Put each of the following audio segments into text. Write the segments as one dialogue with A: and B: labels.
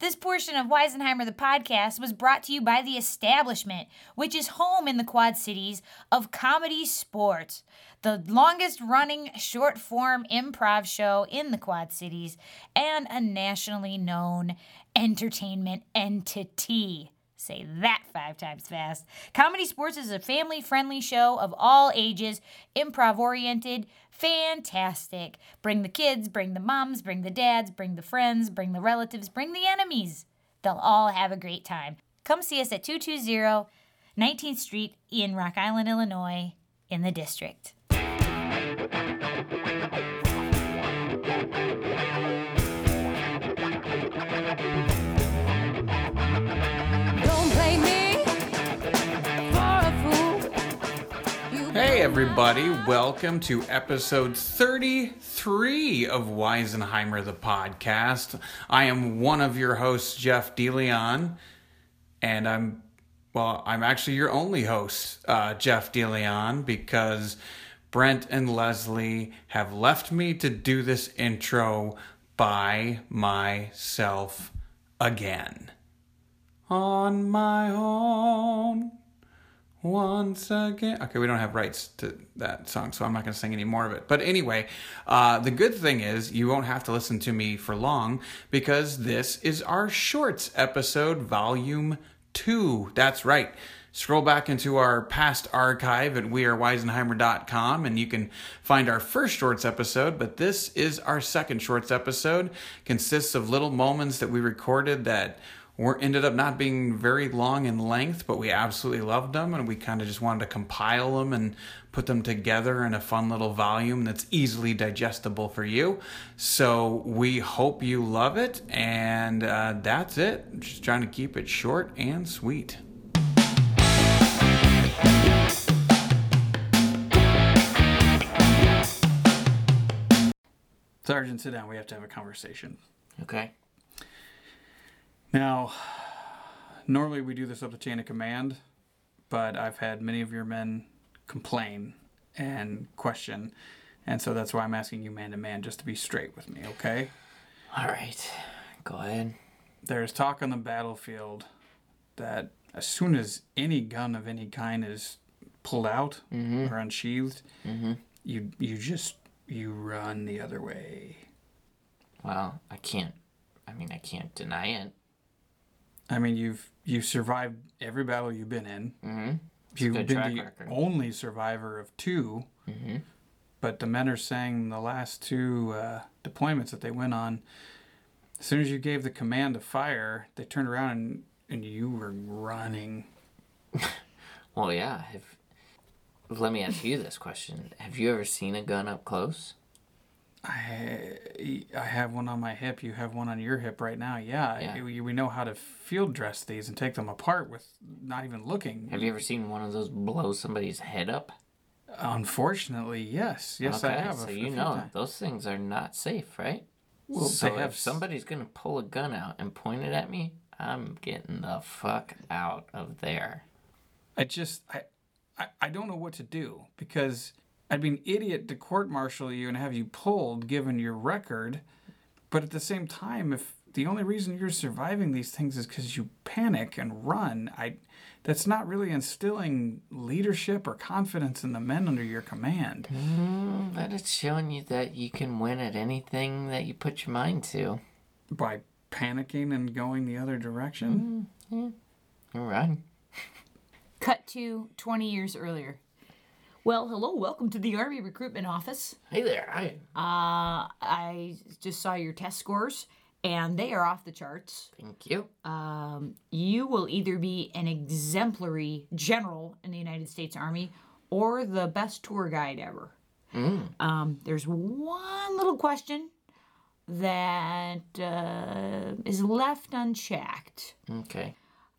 A: This portion of Weisenheimer the podcast was brought to you by The Establishment, which is home in the Quad Cities of comedy sports, the longest running short form improv show in the Quad Cities, and a nationally known entertainment entity. Say that five times fast. Comedy Sports is a family friendly show of all ages, improv oriented, fantastic. Bring the kids, bring the moms, bring the dads, bring the friends, bring the relatives, bring the enemies. They'll all have a great time. Come see us at 220 19th Street in Rock Island, Illinois, in the district.
B: Don't play me for a fool. You
C: Hey, everybody, welcome to episode 33 of Weisenheimer the podcast. I am one of your hosts, Jeff DeLeon, and I'm, well, I'm actually your only host, uh, Jeff DeLeon, because Brent and Leslie have left me to do this intro by myself again. On my own. Once again. Okay, we don't have rights to that song, so I'm not going to sing any more of it. But anyway, uh, the good thing is you won't have to listen to me for long because this is our shorts episode, volume two. That's right. Scroll back into our past archive at weareisenheimer.com and you can find our first shorts episode, but this is our second shorts episode. Consists of little moments that we recorded that were ended up not being very long in length, but we absolutely loved them and we kind of just wanted to compile them and put them together in a fun little volume that's easily digestible for you. So we hope you love it, and uh, that's it. Just trying to keep it short and sweet.
D: Sergeant, sit down. We have to have a conversation.
E: Okay.
D: Now, normally we do this up the chain of command, but I've had many of your men complain and question. And so that's why I'm asking you man to man just to be straight with me, okay?
E: All right. Go ahead.
D: There's talk on the battlefield that as soon as any gun of any kind is pulled out or unsheathed, you you just you run the other way.
E: Well, I can't. I mean, I can't deny it.
D: I mean, you've you've survived every battle you've been in. Mm-hmm. You've
E: good
D: been
E: track
D: the
E: record.
D: only survivor of 2 Mm-hmm. But the men are saying the last two uh, deployments that they went on, as soon as you gave the command to fire, they turned around and, and you were running.
E: Well, yeah. Have, let me ask you this question: Have you ever seen a gun up close?
D: I I have one on my hip. You have one on your hip right now. Yeah,
E: Yeah.
D: We, we know how to field dress these and take them apart with not even looking.
E: Have you ever seen one of those blow somebody's head up?
D: Unfortunately, yes, yes, I have. a
E: so
D: f- a
E: you
D: few
E: know
D: times.
E: those things are not safe, right?
D: Well,
E: so
D: they have
E: if
D: s-
E: somebody's gonna pull a gun out and point it at me, I'm getting the fuck out of there.
D: I just I, I I don't know what to do because I'd be an idiot to court martial you and have you pulled given your record, but at the same time, if the only reason you're surviving these things is because you panic and run, I that's not really instilling leadership or confidence in the men under your command.
E: But it's showing you that you can win at anything that you put your mind to.
D: By panicking and going the other direction,
E: All right.
A: Cut to 20 years earlier. Well, hello, welcome to the Army Recruitment Office.
E: Hey there. I
A: I just saw your test scores, and they are off the charts.
E: thank you.
A: you will either be an exemplary general in the United States Army or the best tour guide ever. Um, there's one little question that uh, is left unchecked.
E: Okay.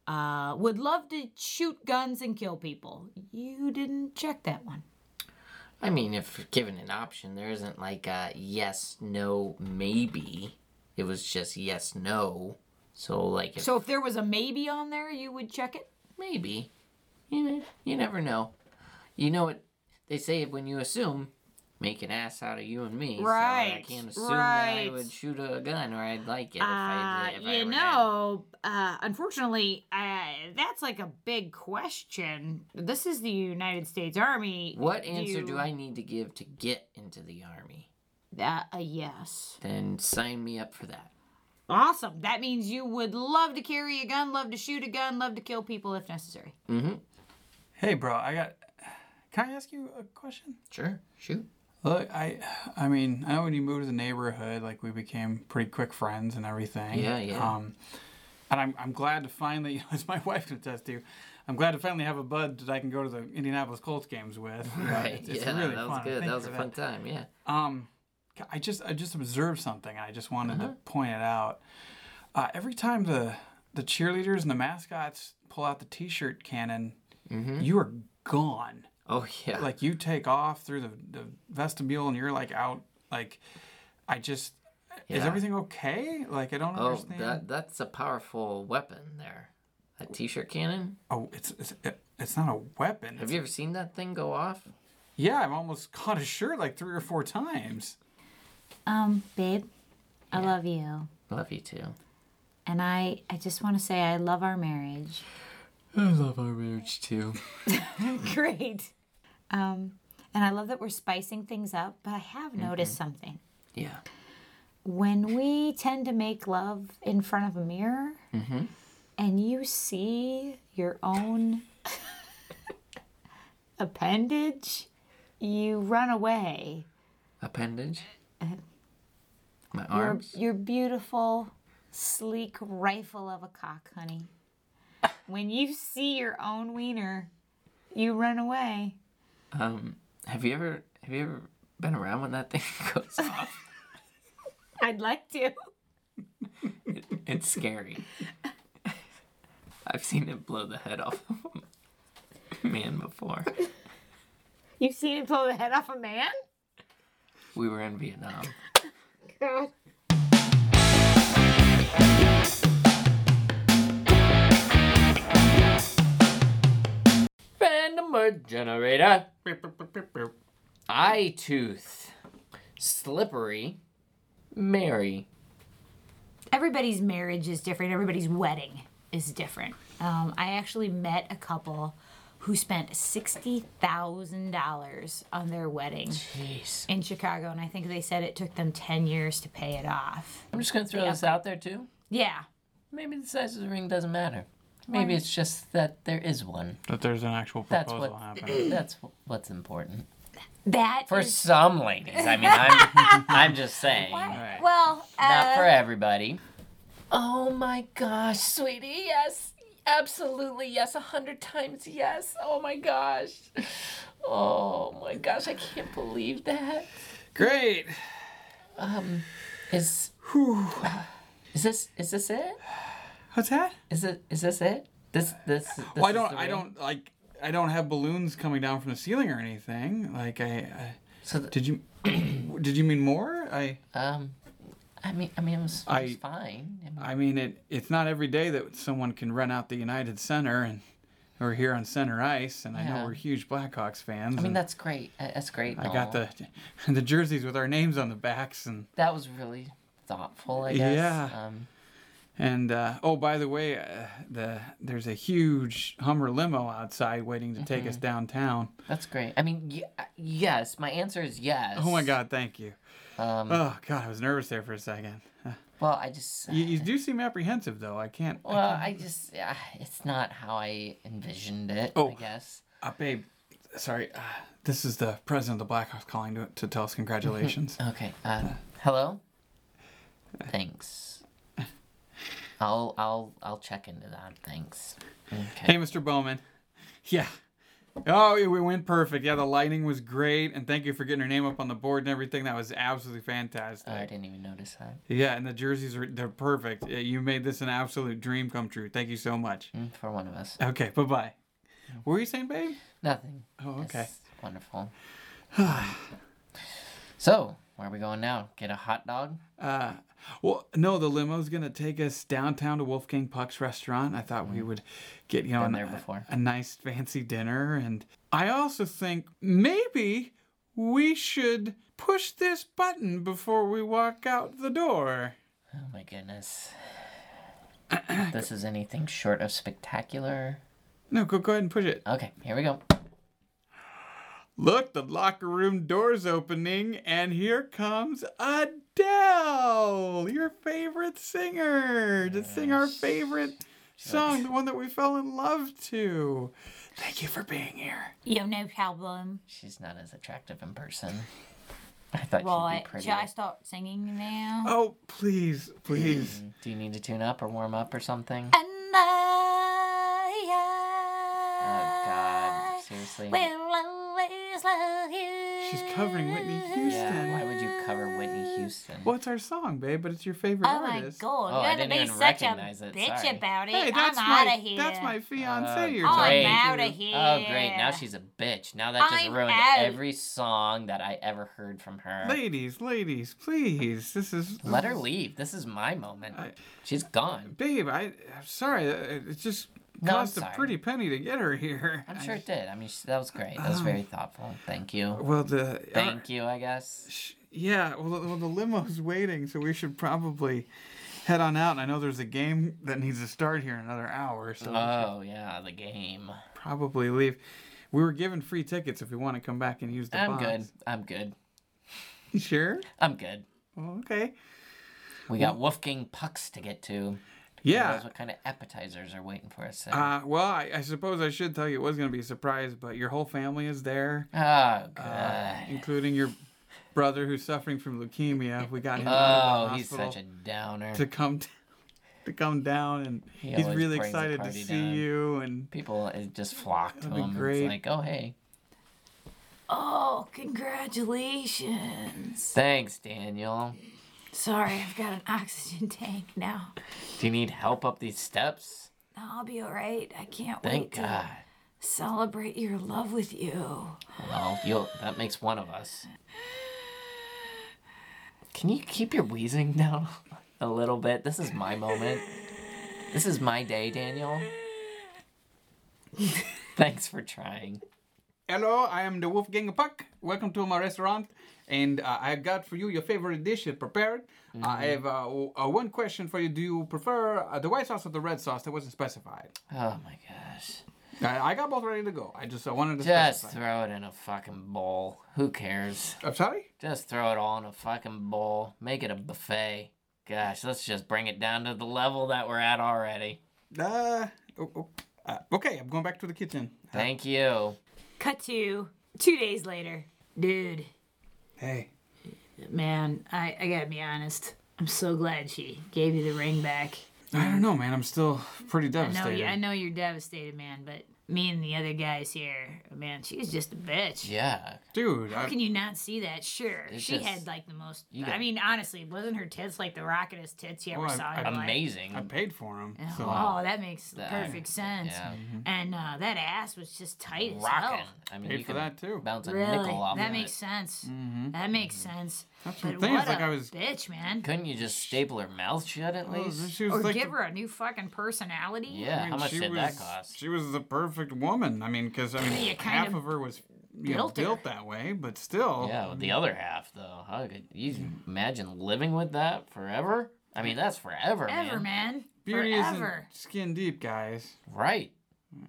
A: Uh, would love to shoot guns and kill people. You didn't check that one.
E: I mean, if given an option, there isn't like a yes, no, maybe. It was just yes, no. So like, if
A: So if there was a maybe on there, you would check it.
E: maybe. You know, you never know. You know what they say when you assume, make an ass out of you and me. So I
A: Right,
E: can't assume that I
A: right.
E: would shoot a gun or I'd like it if
A: Uh,
E: I did. If I
A: you
E: were
A: know, uh, unfortunately, uh, that's like a big question. This is the United States Army.
E: that. What answer do
A: you-
E: I need to give to get into the army?
A: Uh, a yes.
E: Then sign me up for that.
A: Awesome. That means you would love to carry a gun, love to shoot a gun, love to kill people if necessary.
E: Mm-hmm.
D: Hey, bro, I got. Can I ask you a question?
E: Sure. Shoot.
D: Look, I, I mean, I know when you moved to the neighborhood, like we became pretty quick friends and everything.
E: Yeah, yeah.
D: Um, and I'm, I'm glad to finally, as my wife can attest to, I'm glad to finally have a bud that I can go to the Indianapolis Colts games with.
E: Right.
D: It's- it's
E: yeah, that
D: really fun.
E: was good.
D: Thank
E: That
D: you
E: was a
D: for
E: fun time. Yeah.
D: Um, I just I just observed something. I just wanted
E: Uh-huh.
D: to point it out. Uh, every time the the cheerleaders and the mascots pull out the T-shirt cannon,
E: Mm-hmm.
D: you are gone.
E: Oh yeah.
D: Like you take off through the, the vestibule and you're like out. Like I just is
E: Yeah.
D: everything okay? Like I don't
E: oh,
D: understand.
E: that that's a powerful weapon there. That t-shirt cannon.
D: Oh, it's it's it- it's not a weapon.
E: Have you ever seen that thing go off?
D: yeah, I've almost caught a shirt like three or four times.
A: Um, babe, I love you.
E: Love you too.
A: And I, I just want to say I love our marriage.
E: I love our marriage too.
A: Great. Um, and I love that we're spicing things up, but I have
E: Mm-hmm.
A: noticed something.
E: Yeah.
A: when we tend to make love in front of a mirror and you see your own appendage, you run away.
E: Appendage. My
A: Your,
E: arms.
A: your beautiful, sleek rifle of a cock, honey. When you see your own wiener, you run away.
E: Um, have you ever have you ever been around when that thing goes off?
A: I'd like to.
E: It's scary. I've seen it blow the head off of a man before.
A: You've seen it blow the head off a man?
E: We were in Vietnam.
A: God.
E: Random word generator. Eye tooth. Slippery. Mary.
A: everybody's marriage is different everybody's wedding is different um, i actually met a couple who spent $60000 on their wedding
E: Jeez.
A: in chicago and i think they said it took them 10 years to pay it off
E: I'm just gonna throw this out there too.
A: yeah
E: Maybe the size of the ring doesn't matter. Maybe it's just that there is one.
D: That there's an actual
E: That's
D: proposal
E: what.
D: happening.
E: That's what's important.
A: that
E: For
A: is-
E: some ladies, I mean, I'm, I'm just saying.
A: well
E: Not
A: uh,
E: for everybody. Oh my gosh, sweetie, yes. Absolutely, yes. A hundred times yes. Oh my gosh. Oh my gosh, I can't believe that.
D: Great.
E: Is is this is this it?
D: What's that?
E: Is it is this it? This this, this
D: Well, I
E: is
D: don't.
E: the
D: I
E: ring?
D: don't like. I don't have balloons coming down from the ceiling or anything. Like I. I
E: So the,
D: did you? did you mean more? I.
E: um, I mean, I mean, it was, it was
D: I-
E: fine. I mean,
D: I mean it. It's not every day that someone can run out the United Center and. We're here on center ice, and I know
E: Yeah.
D: we're huge Blackhawks fans.
E: I mean,
D: and
E: that's great. Uh, That's great. and
D: I got
E: all.
D: the the jerseys with our names on the backs, and
E: That was really thoughtful. I guess.
D: Yeah.
E: Um,
D: and uh, oh, by the way, uh, the there's a huge Hummer limo outside waiting to take
E: Mm-hmm.
D: us downtown.
E: that's great. I mean, y- uh, yes. My answer is yes.
D: Oh my God, thank you.
E: Um,
D: Oh God, I was nervous there for a second.
E: Well, I just.
D: You, you do seem apprehensive, though. I can't.
E: well, I just. Uh, it's not how I envisioned it.
D: Oh.
E: I guess.
D: Uh, babe, sorry. Uh, this is the president of the Blackhawks calling to, to tell us congratulations.
E: Okay. Uh, hello. Thanks. I'll I'll I'll check into that. Thanks.
D: hey, Mr. Bowman. Yeah. Oh, it went perfect. Yeah, the lighting was great, and thank you for getting her name up on the board and everything. That was absolutely fantastic.
E: I didn't even notice that.
D: Yeah, and the jerseys are they're perfect. Yeah, You made this an absolute dream come true. Thank you so much.
E: Mm, For one of us.
D: Okay, bye bye. What were you saying, babe?
E: Nothing.
D: Oh, okay.
E: It's wonderful. so, where are we going now? Get a hot dog?
D: Uh, well, no, the limo's gonna take us downtown to Wolfgang Puck's restaurant. I thought we would get you know
E: Been
D: an-
E: there before.
D: a nice fancy dinner, and I also think maybe we should push this button before we walk out the door.
E: Oh my goodness. If this is anything short of spectacular.
D: No, go go ahead and push it.
E: Okay, here we go.
D: Look, the locker room door's opening, and here comes Adele, your favorite singer, to sing our favorite song, the one that we fell in love to. Thank you for being here.
A: You have no problem.
E: She's not as attractive in person. I thought she'd
A: Right.
E: be pretty.
A: Should I start singing now?
D: Oh, please, please.
E: Do you need to tune up or warm up or something?
A: And
E: Oh
A: I,
E: God, seriously.
A: will always love you.
D: She's covering Whitney Houston.
E: Yeah, why would you cover Whitney Houston?
D: Well, it's our song, babe, but it's your favorite
A: Oh my
D: artist.
A: god, you're
E: I
A: gonna
E: didn't
A: be
E: even
A: such a
E: recognize it,
A: bitch
E: sorry.
A: about it.
D: Hey, that's
A: I'm
D: my
A: out of here.
D: that's my fiancee
E: Oh,
D: you're
E: I'm
D: talking
A: outta
D: to.
A: here.
E: Oh great! Now
A: Yeah.
E: she's a bitch. Now that just
A: I'm
E: ruined
A: out.
E: every song that I ever heard from her.
D: Ladies, ladies, please. This is
E: Let her leave. This is my moment.
D: I-
E: She's gone.
D: Babe, I, I'm sorry. uh, It just
E: No, I'm
D: cost a
E: sorry.
D: pretty penny to get her here.
E: I'm sure it did. I mean, she, that was great. That was
D: Oh.
E: very thoughtful. Thank you.
D: Well, the uh,
E: Thank you. I guess.
D: sh- yeah. Well, the- well, the limo's waiting, so we should probably head on out. And I know there's a game that needs to start here in another hour, so
E: Oh yeah, the game.
D: probably leave. We were given free tickets if we want to come back and use the
E: I'm good.
D: box.
E: I'm good.
D: You sure?
E: I'm good. Oh,
D: Well, okay.
E: We got Wolfgang Pucks to get to. Who
D: Yeah.
E: knows what kind of appetizers are waiting for us? there.
D: Uh, well, I, I suppose I should tell you it was going to be a surprise, but your whole family is there, uh,
E: oh god.
D: including your brother who's suffering from leukemia. We got him out
E: oh,
D: of the
E: he's
D: hospital
E: such a downer.
D: to come t- to come down, and he's
E: always
D: really
E: brings the
D: excited to
E: party
D: see
E: down.
D: you. And
E: People uh, just flock to
D: That'd be
E: him.
D: great.
E: It's like, oh hey,
F: Oh, congratulations.
E: thanks Daniel.
F: Sorry, I've got an oxygen tank now.
E: Do you need help up these steps?
F: No, I'll be all right. I can't
E: Thank
F: wait to
E: God.
F: celebrate your love with you.
E: Well, you'll, that makes one of us. Can you keep your wheezing down a little bit? This is my moment. This is my day, Daniel. Thanks for trying.
D: hello, I am the Wolfgang Puck. Welcome to my restaurant, and uh, I got for you your favorite dish prepared.
E: Mm-hmm.
D: I have uh, w- uh, one question for you: Do you prefer uh, the white sauce or the red sauce? That wasn't specified.
E: Oh my gosh.
D: I, I got both ready to go. I just uh, wanted to
E: Just
D: specify.
E: throw it in a fucking bowl. Who cares?
D: I'm sorry.
E: Just throw it all in a fucking bowl. Make it a buffet. Gosh, let's just bring it down to the level that we're at already.
D: Uh, oh, oh, uh, okay, I'm going back to the kitchen.
E: Thank you.
F: Cut to two days later. Dude,
D: Hey.
F: man, I, I gotta be honest. I'm so glad she gave you the ring back.
D: I don't know, man. I'm still pretty
F: I know,
D: devastated.
F: you, I know you're devastated, man, but me and the other guys here, man, she's just a bitch.
E: Yeah.
D: Dude,
F: How
D: I,
F: can you not see that? Sure,
E: It's
F: she
E: just-
F: had like the most.
E: you
F: I
E: got-
F: mean, honestly, wasn't her tits like the rocketest tits you ever
D: Oh, I-
F: saw in
D: I-
F: your life?
E: Amazing.
D: I paid for him. So.
F: Oh, that makes perfect sense.
E: Yeah.
F: And uh, that ass was just tight as
E: Rocking.
F: hell.
E: I mean,
D: Paid
E: you
D: for
E: can
D: that, too.
E: bounce a
F: Really,
E: nickel off
F: that
E: of
F: makes
E: it.
F: sense. That makes sense.
D: what
F: But
D: I'm saying,
F: what
D: it's like
F: a
D: I was-
F: bitch, man!
E: Couldn't you just staple her mouth shut at
D: Oh,
E: least?
D: She was
F: Or
D: like
F: give
D: the-
F: her a new fucking personality.
E: Yeah.
D: I mean,
E: How much
D: she
E: did
D: was,
E: that cost?
D: She was the perfect woman. I mean, because I mean,
F: Yeah, kind
D: half
F: of
D: of her was you know,
F: built her.
D: built that way, but still.
E: Yeah, with the other half though. How could you imagine living with that forever? I mean, that's forever,
F: Ever,
E: man.
F: man.
D: Beauty
F: Forever.
D: isn't skin deep, guys.
E: Right.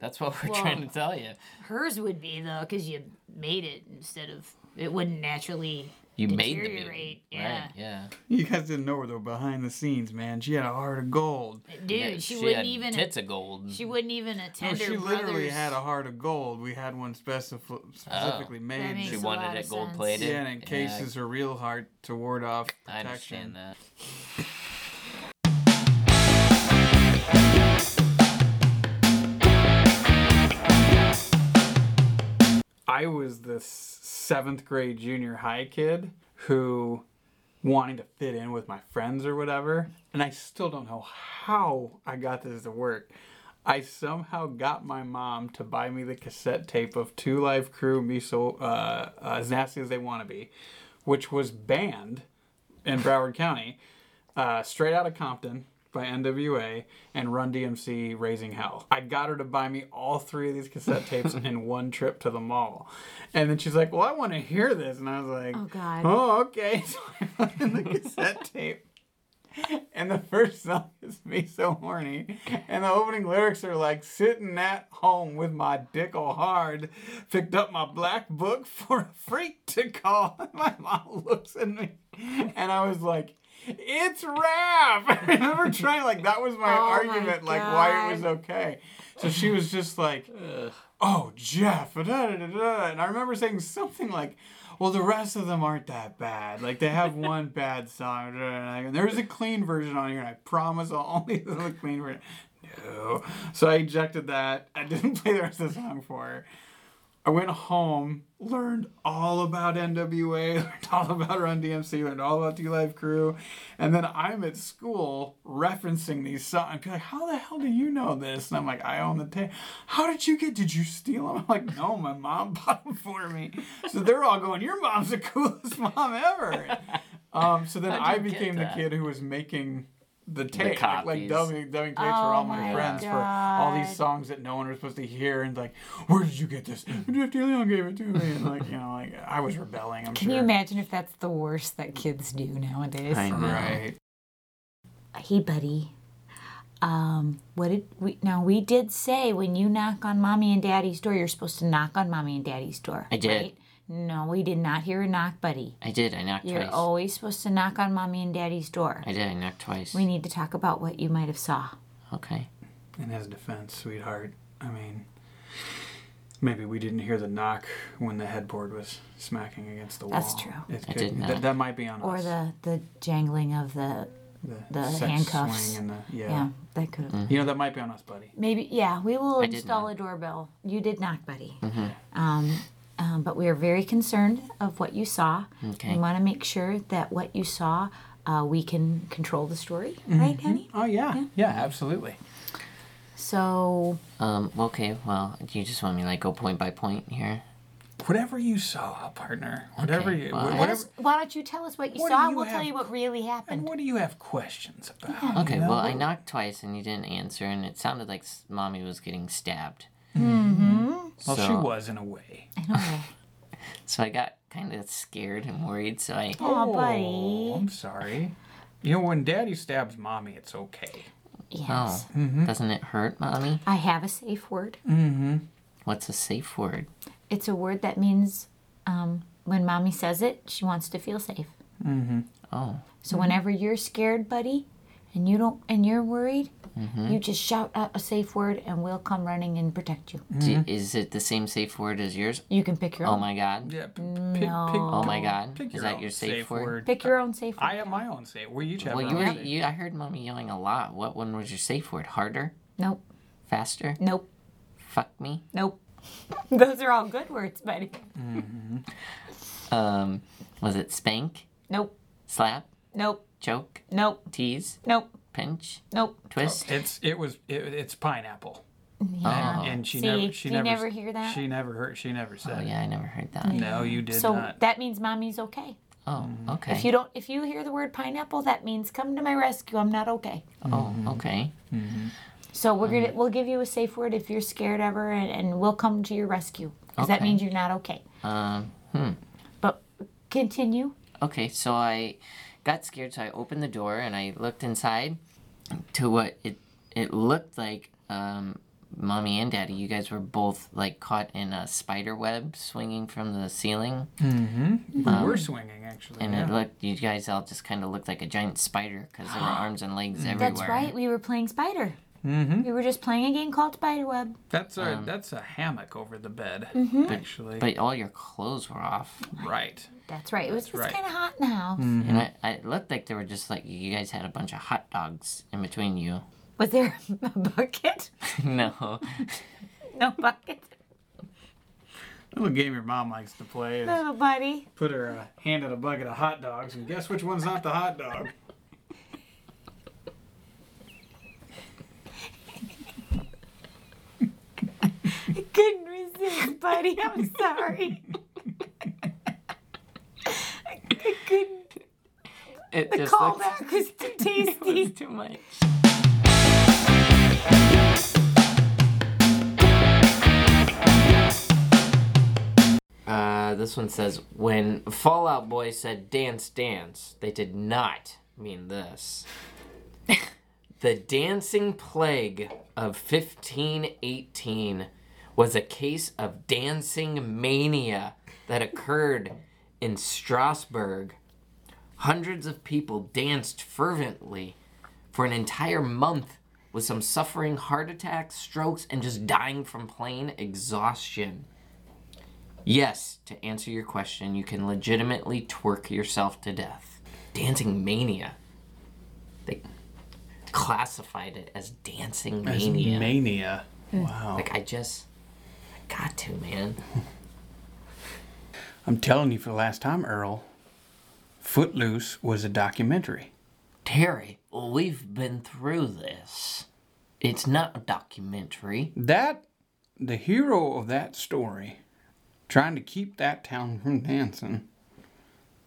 E: That's what we're trying to tell you.
F: Hers would be though, because you made it instead of it wouldn't naturally.
E: You made the
F: Deteriorate,
E: beauty.
F: yeah.
E: Right. Yeah.
D: You guys didn't know her though. Behind the scenes, man, she had a heart of gold.
F: Dude,
E: Yeah,
F: she,
E: had
F: wouldn't even.
E: tits of gold.
F: She wouldn't even
D: No,
F: attend her
D: she literally
F: brother's-
D: had a heart of gold. We had one
E: Oh,
D: specif- specifically made.
F: makes
E: She
F: Makes a lot
E: wanted
F: of
E: it
F: sense.
E: gold plated.
D: Yeah, and it cases her real heart to ward off
E: I
D: protection.
E: understand that.
D: I was this seventh grade junior high kid who wanting to fit in with my friends or whatever. And I still don't know how I got this to work. I somehow got my mom to buy me the cassette tape of Two Live Crew, Me So, uh, As Nasty as They Want to Be, which was banned in Broward County, uh, straight out of Compton. by NWA and Run DMC Raising Hell. I got her to buy me all three of these cassette tapes in one trip to the mall. And then she's like, Well, I want to hear this. And I was like, Oh,
G: God.
D: Oh, okay. So I put in the cassette tape. And the first song is Me So Horny. And the opening lyrics are like, Sitting at home with my dick all hard, picked up my black book for a freak to call. And my mom looks at me. And I was like, It's rap. I remember trying, like, that was my
G: Oh my
D: argument, like, why it was
G: God.
D: okay. So she was just like, oh Jeff, da, da, da, da. and I remember saying something like, "Well, the rest of them aren't that bad. Like they have one bad song, da, da, da, and there's a clean version on here. And I promise I'll only listen to the clean version." No, so I ejected that. I didn't play the rest of the song for her. I went home, learned all about NWA, learned all about Run DMC, learned all about D Live Crew, and then I'm at school referencing these songs. I'm like, how the hell do you know this? And I'm like, I own the tape. How did you get? Did you steal them? I'm like, no, my mom bought them for me. So they're all going, your mom's the coolest mom ever. Um, so then I
E: you get
D: became the
E: that?
D: kid who was making the tape, like, like
E: copies.
D: dubbing, dubbing tapes for
A: Oh
D: all my,
G: my
D: friends for all these
G: God.
D: songs that no one was supposed to hear, and like, where did you get this? Jeff DeLeon gave it to me, and like, you know, like I was rebelling. I'm
A: Can
D: sure.
A: you imagine if that's the worst that kids do nowadays?
E: I know.
D: Right.
A: Hey, buddy. Um, what did we? Now we did say when you knock on mommy and daddy's door, you're supposed to knock on mommy and daddy's door.
E: I did.
A: right? No, we did not hear a knock, buddy.
E: I did. I knocked
A: You're
E: twice.
A: always supposed to knock on mommy and daddy's door.
E: I did. I knocked twice.
A: We need to talk about what you might have saw.
E: okay.
D: In his defense, sweetheart, I mean, maybe we didn't hear the knock when the headboard was smacking against the wall.
A: That's true.
D: It
E: I
D: could-
E: did
D: that-
E: not.
D: that might be on
A: Or
D: us.
A: the the jangling of the
D: the,
A: the
D: sex
A: handcuffs.
D: Swing and the, yeah.
A: yeah, that could have
D: You know that might be on us, buddy.
A: maybe yeah we will
E: did Mm-hmm.
A: install
E: knock.
A: a doorbell. You did knock, buddy. Um, um, but we are very concerned of what you saw.
E: Okay.
A: We want to make sure that what you saw, uh, we can control the story, right, honey?
D: Oh yeah, yeah, absolutely.
A: So
E: Um. Okay. Well, do you just want me to, like go point by point here?
D: Whatever you saw, partner. Whatever
E: Okay,
D: you.
E: well, I-
A: let
D: whatever,
A: us, why don't you tell us what you
D: What do
A: saw,
D: you
A: and we'll tell
D: have-
A: you what really
D: and
A: happened.
D: what do you have questions about? you
E: Okay.
D: know?
E: Well, I knocked twice and you didn't answer, and it sounded like s- mommy was getting stabbed. Mm-hmm.
D: Well, she was in a way.
E: So I got kind of scared and worried. So I.
A: Oh, buddy.
D: I'm sorry. You know, when daddy stabs mommy, it's okay.
A: Yes.
E: Oh.
D: mm-hmm.
E: Doesn't it hurt, mommy?
A: I have a safe word.
D: Mm.
E: What's a safe word?
A: It's a word that means um, when mommy says it, she wants to feel safe.
E: Oh.
A: So whenever you're scared, buddy, and you don't and you're worried,
E: Mm-hmm.
A: you just shout out a safe word and we'll come running and protect you.
E: D-
D: Mm-hmm.
E: is it the same safe word as yours?
A: You can pick your
E: Mm. Oh
A: own
E: my God.
D: Yeah. p- Pick, pick,
E: Oh my God.
D: Pick
E: is
D: your
E: that
D: own
E: your safe, word?
A: pick your own safe word.
D: I have my own safe. We each have
E: Well,
D: our
E: you
D: own
E: were.
D: safe.
E: You. I heard mommy yelling a lot. What one was your safe word? Harder?
A: Nope.
E: Faster?
A: Nope.
E: Fuck me.
A: Nope. Those are all good words, buddy.
E: Um. Was it spank?
A: Nope.
E: Slap?
A: Nope.
E: Choke?
A: Nope.
E: Tease?
A: Nope.
E: Pinch?
A: Nope.
E: Twist?
D: It's it was it, it's pineapple.
C: Oh.
E: Yeah.
D: And she
A: See,
D: never she
A: you
D: never,
A: never hear that.
D: She never heard she never said
E: Oh,
D: it.
E: yeah, I never heard that.
D: No, you did
A: So
D: not.
A: that means mommy's okay.
E: Oh, okay.
A: If you don't if you hear the word pineapple, that means come to my rescue. I'm not okay.
E: oh, okay.
A: So we're
E: Mm.
A: gonna we'll give you a safe word if you're scared ever, and, and we'll come to your rescue because that
E: Okay.
A: means you're not okay.
E: Um, hmm.
A: But continue.
E: Okay, so I got scared, so I opened the door and I looked inside to what it it looked like. Um, mommy and daddy, you guys were both like caught in a spider web swinging from the ceiling,
D: we
A: um,
D: were swinging actually.
E: and
D: yeah.
E: it looked. You guys all just kind of looked like a giant spider because there were arms and legs everywhere.
A: That's right. We were playing spider. Mm-hmm. We were just playing a game called Spiderweb.
D: that's
C: um,
D: a that's a hammock over the bed
A: Mm-hmm.
D: actually.
E: But all your clothes were off,
D: right.
A: That's right. Mm. It was,
D: right.
A: kind of hot in the house.
E: and I, I it looked like there were just like you guys had a bunch of hot dogs in between you.
A: Was there a bucket?
E: no,
A: No bucket.
D: Little game your mom likes to play is
A: Little buddy.
D: put her uh, hand in a bucket of hot dogs and guess which one's not the hot dog.
A: Couldn't resist, buddy. I'm sorry. I couldn't.
E: it
A: The
E: just looked
A: callback was too tasty.
E: too much. Uh, this one says when Fallout Boy said dance dance, they did not mean this. the dancing plague of 1518 was a case of dancing mania that occurred in Strasbourg. Hundreds of people danced fervently for an entire month with some suffering heart attacks, strokes, and just dying from plain exhaustion. Yes, to answer your question, you can legitimately twerk yourself to death. Dancing mania. They classified it as dancing mania.
C: Mania. Wow.
E: like I just I got to, man.
C: I'm telling you for the last time, Earl, Footloose was a documentary.
E: Terry, we've been through this. It's not a documentary.
C: That, the hero of that story, trying to keep that town from dancing,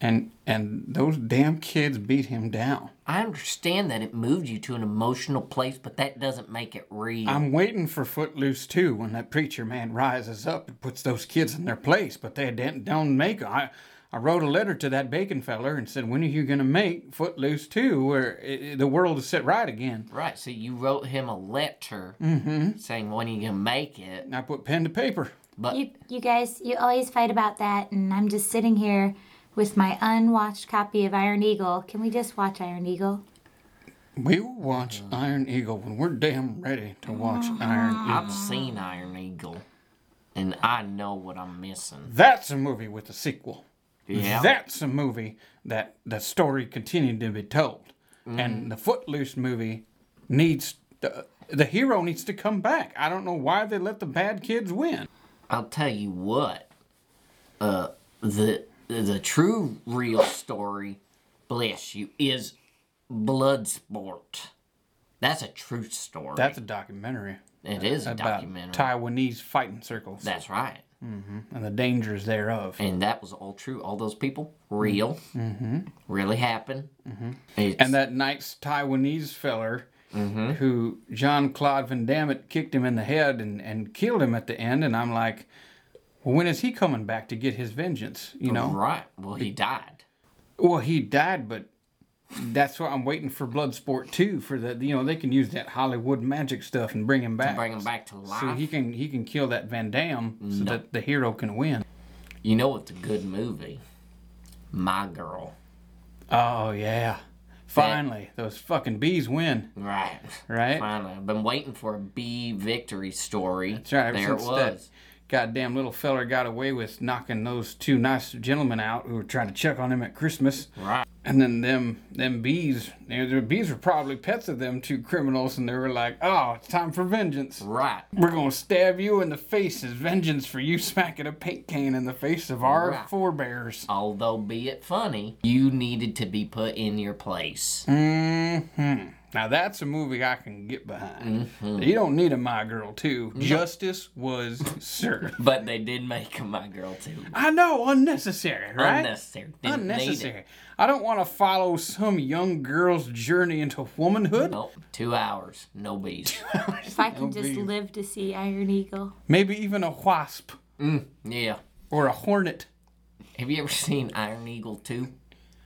C: and and those damn kids beat him down.
E: I understand that it moved you to an emotional place, but that doesn't make it real.
C: I'm waiting for Footloose too when that preacher man rises up and puts those kids in their place, but they didn't, don't make 'em. I, I wrote a letter to that bacon feller and said, When are you going to make Footloose too, where i i- the world is set right again?
E: Right, so you wrote him a letter
C: Mm-hmm.
E: saying when are you gonna make it,
C: And I put pen to paper.
E: but
A: You, you guys, you always fight about that, and I'm just sitting here with my unwatched copy of Iron Eagle. Can we just watch Iron Eagle?
C: We will watch Iron Eagle when we're damn ready to watch Iron E-, Eagle.
E: I've seen Iron Eagle, and I know what I'm missing.
C: That's a movie with a sequel.
E: Yeah,
C: That's a movie that the story continued to be told. And the Footloose movie needs the, the hero needs to come back. I don't know why they let the bad kids win.
E: I'll tell you what. Uh, the the true real story, bless you, is Bloodsport. That's a true story.
C: That's a documentary
E: it is a
C: about
E: documentary.
C: Taiwanese fighting circles
E: That's right.
C: and the dangers thereof.
E: And that was all true. All those people, real, mm-hmm. really happened. Mm-hmm.
C: And that nice Taiwanese feller
E: Mm-hmm.
C: who Jean Claude Van Damme kicked him in the head and, and killed him at the end. And I'm like, well, when is he coming back to get his vengeance? You know?
E: right. Well, he died.
C: Well, he died, but that's why I'm waiting for Bloodsport 2 for the you know they can use that Hollywood magic stuff and bring him back.
E: Bring him back Mm-hmm. to life.
C: So he can he can kill that Van Damme so that the hero can win.
E: You know it's a good movie. My girl.
C: Oh yeah. Finally, those fucking bees win,
E: Right.
C: right?
E: Finally. I've been waiting for a B victory story.
C: That's right. ever
E: There it
C: since that
E: was.
C: Goddamn little feller got away with knocking those two nice gentlemen out who were trying to check on him at Christmas.
E: Right.
C: And then them them bees, you know, the bees were probably pets of them two criminals, and they were like, "Oh, it's time for vengeance.
E: Right.
C: We're gonna stab you in the face as vengeance for you smacking a paint can in the face of our
E: Right.
C: forebears."
E: Although, be it funny, you needed to be put in your place.
C: Mm. hmm Now that's a movie I can get behind.
E: Mm-hmm.
C: You don't need a My Girl too. Justice was served.
E: But they did make him my girl, too.
C: I know, unnecessary, right?
E: Unnecessary. Didn't need it.
C: unnecessary. I don't want to follow some young girl's journey into womanhood.
E: Nope. Two hours. No bees.
A: If I can just live to see Iron Eagle.
C: Maybe even a wasp
E: yeah.
C: or a hornet.
E: Have you ever seen Iron Eagle 2?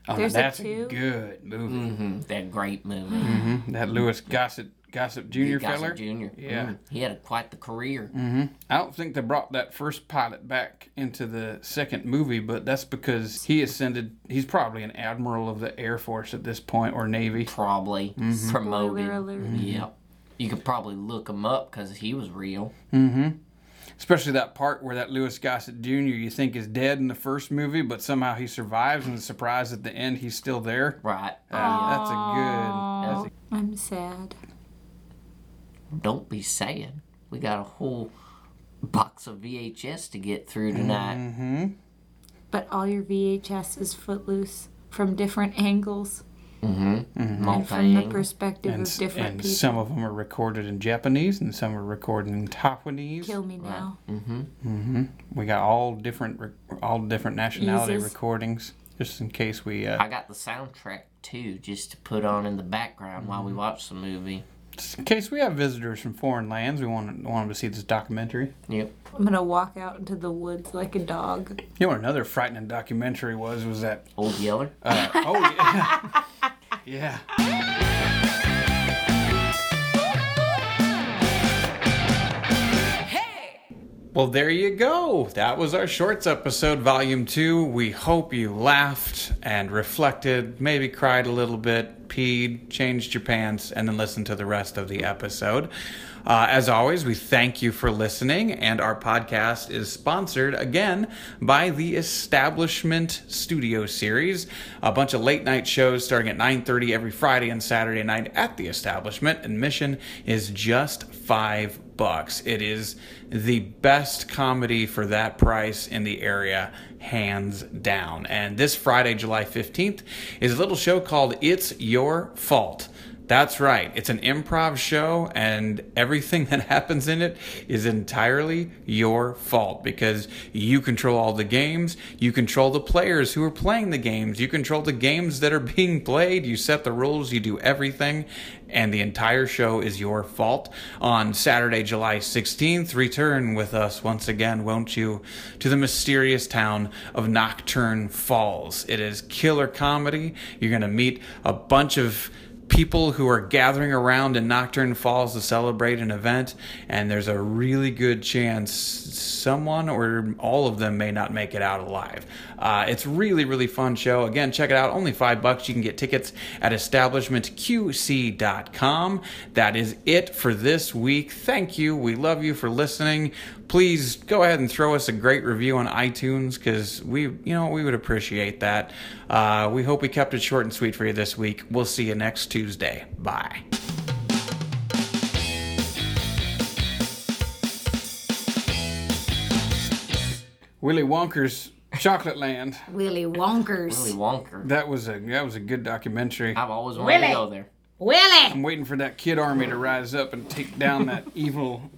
C: Oh, now
A: There's a
C: that's
A: two. Mm-hmm.
C: good movie. Mm-hmm.
E: That great movie.
C: That Lewis Gossett Gossip Jr. feller.
E: Gossip Jr.
C: Yeah.
E: Mm, he had a, quite the career.
A: Mm-hmm.
C: I don't think they brought that first pilot back into the second movie, but that's because he ascended. He's probably an admiral of the Air Force at this point or Navy.
E: Probably promoted.
A: Mm-hmm.
E: Mm-hmm.
A: Spoiler alert. Mm-hmm.
E: Yep. You could probably look him up because he was real.
C: Especially that part where that Lewis Gossett Jr. you think is dead in the first movie, but somehow he survives and is surprised at the end he's still there.
E: Right.
A: Uh,
E: Uh,
C: Yeah, that's a good. That's a,
A: I'm sad.
E: Don't be sad. We got a whole box of VHS to get
A: Mm-hmm.
E: through tonight.
A: But all your VHS is footloose from different angles and from the
E: Multi-angle.
A: perspective
C: and
A: of
C: s-
A: different
C: and
A: people.
C: some of them are recorded in Japanese and some are recorded in Taiwanese.
A: Kill me now.
C: We got all different re- all different nationality
A: Yeezys.
C: recordings just in case we uh,
A: Mm-hmm.
E: I got the soundtrack too, just to put on in the background while we watch the movie.
D: Just in case we have visitors from foreign lands, we want, want them to see this documentary.
H: Yep.
I: I'm gonna walk out into the woods like a dog.
D: You know what another frightening documentary was? Was that
H: Old Yeller.
D: Uh, oh yeah. yeah.
C: Well, there you go. That was our shorts episode, volume two. We hope you laughed and reflected, maybe cried a little bit, peed, changed your pants, and then listened to the rest of the episode. Uh, as always, we thank you for listening, and our podcast is sponsored again by the Establishment Studio Series, a bunch of late night shows starting at 9:30 every Friday and Saturday night at the Establishment. Admission is just five bucks. It is the best comedy for that price in the area, hands down. And this Friday, July 15th, is a little show called It's Your Fault. That's right. It's an improv show, and everything that happens in it is entirely your fault because you control all the games. You control the players who are playing the games. You control the games that are being played. You set the rules. You do everything. And the entire show is your fault. On Saturday, July 16th, return with us once again, won't you, to the mysterious town of Nocturne Falls. It is killer comedy. You're going to meet a bunch of people who are gathering around in Nocturne Falls to celebrate an event, and there's a really good chance someone or all of them may not make it out alive. Uh, it's really, really fun show. Again, check it out. Only five bucks. You can get tickets at establishmentqc.com. That is it for this week. Thank you. We love you for listening. Please go ahead and throw us a great review on iTunes because we, you know, we would appreciate that. Uh, we hope we kept it short and sweet for you this week. We'll see you next Tuesday. Bye.
D: Willy Wonker's Chocolate Land.
F: Willy Wonkers.
H: Willy Wonker.
D: That was a that was a good documentary.
H: I've always wanted
F: Willy.
H: to go there.
F: Willy.
D: I'm waiting for that kid army to rise up and take down that evil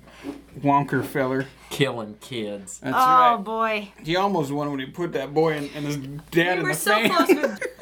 D: Wonker feller.
H: Killing kids.
D: That's
J: Oh
D: right.
J: boy.
D: He almost won when he put that boy and, and his dad in
J: We're
D: the
J: so
D: fan.
J: close with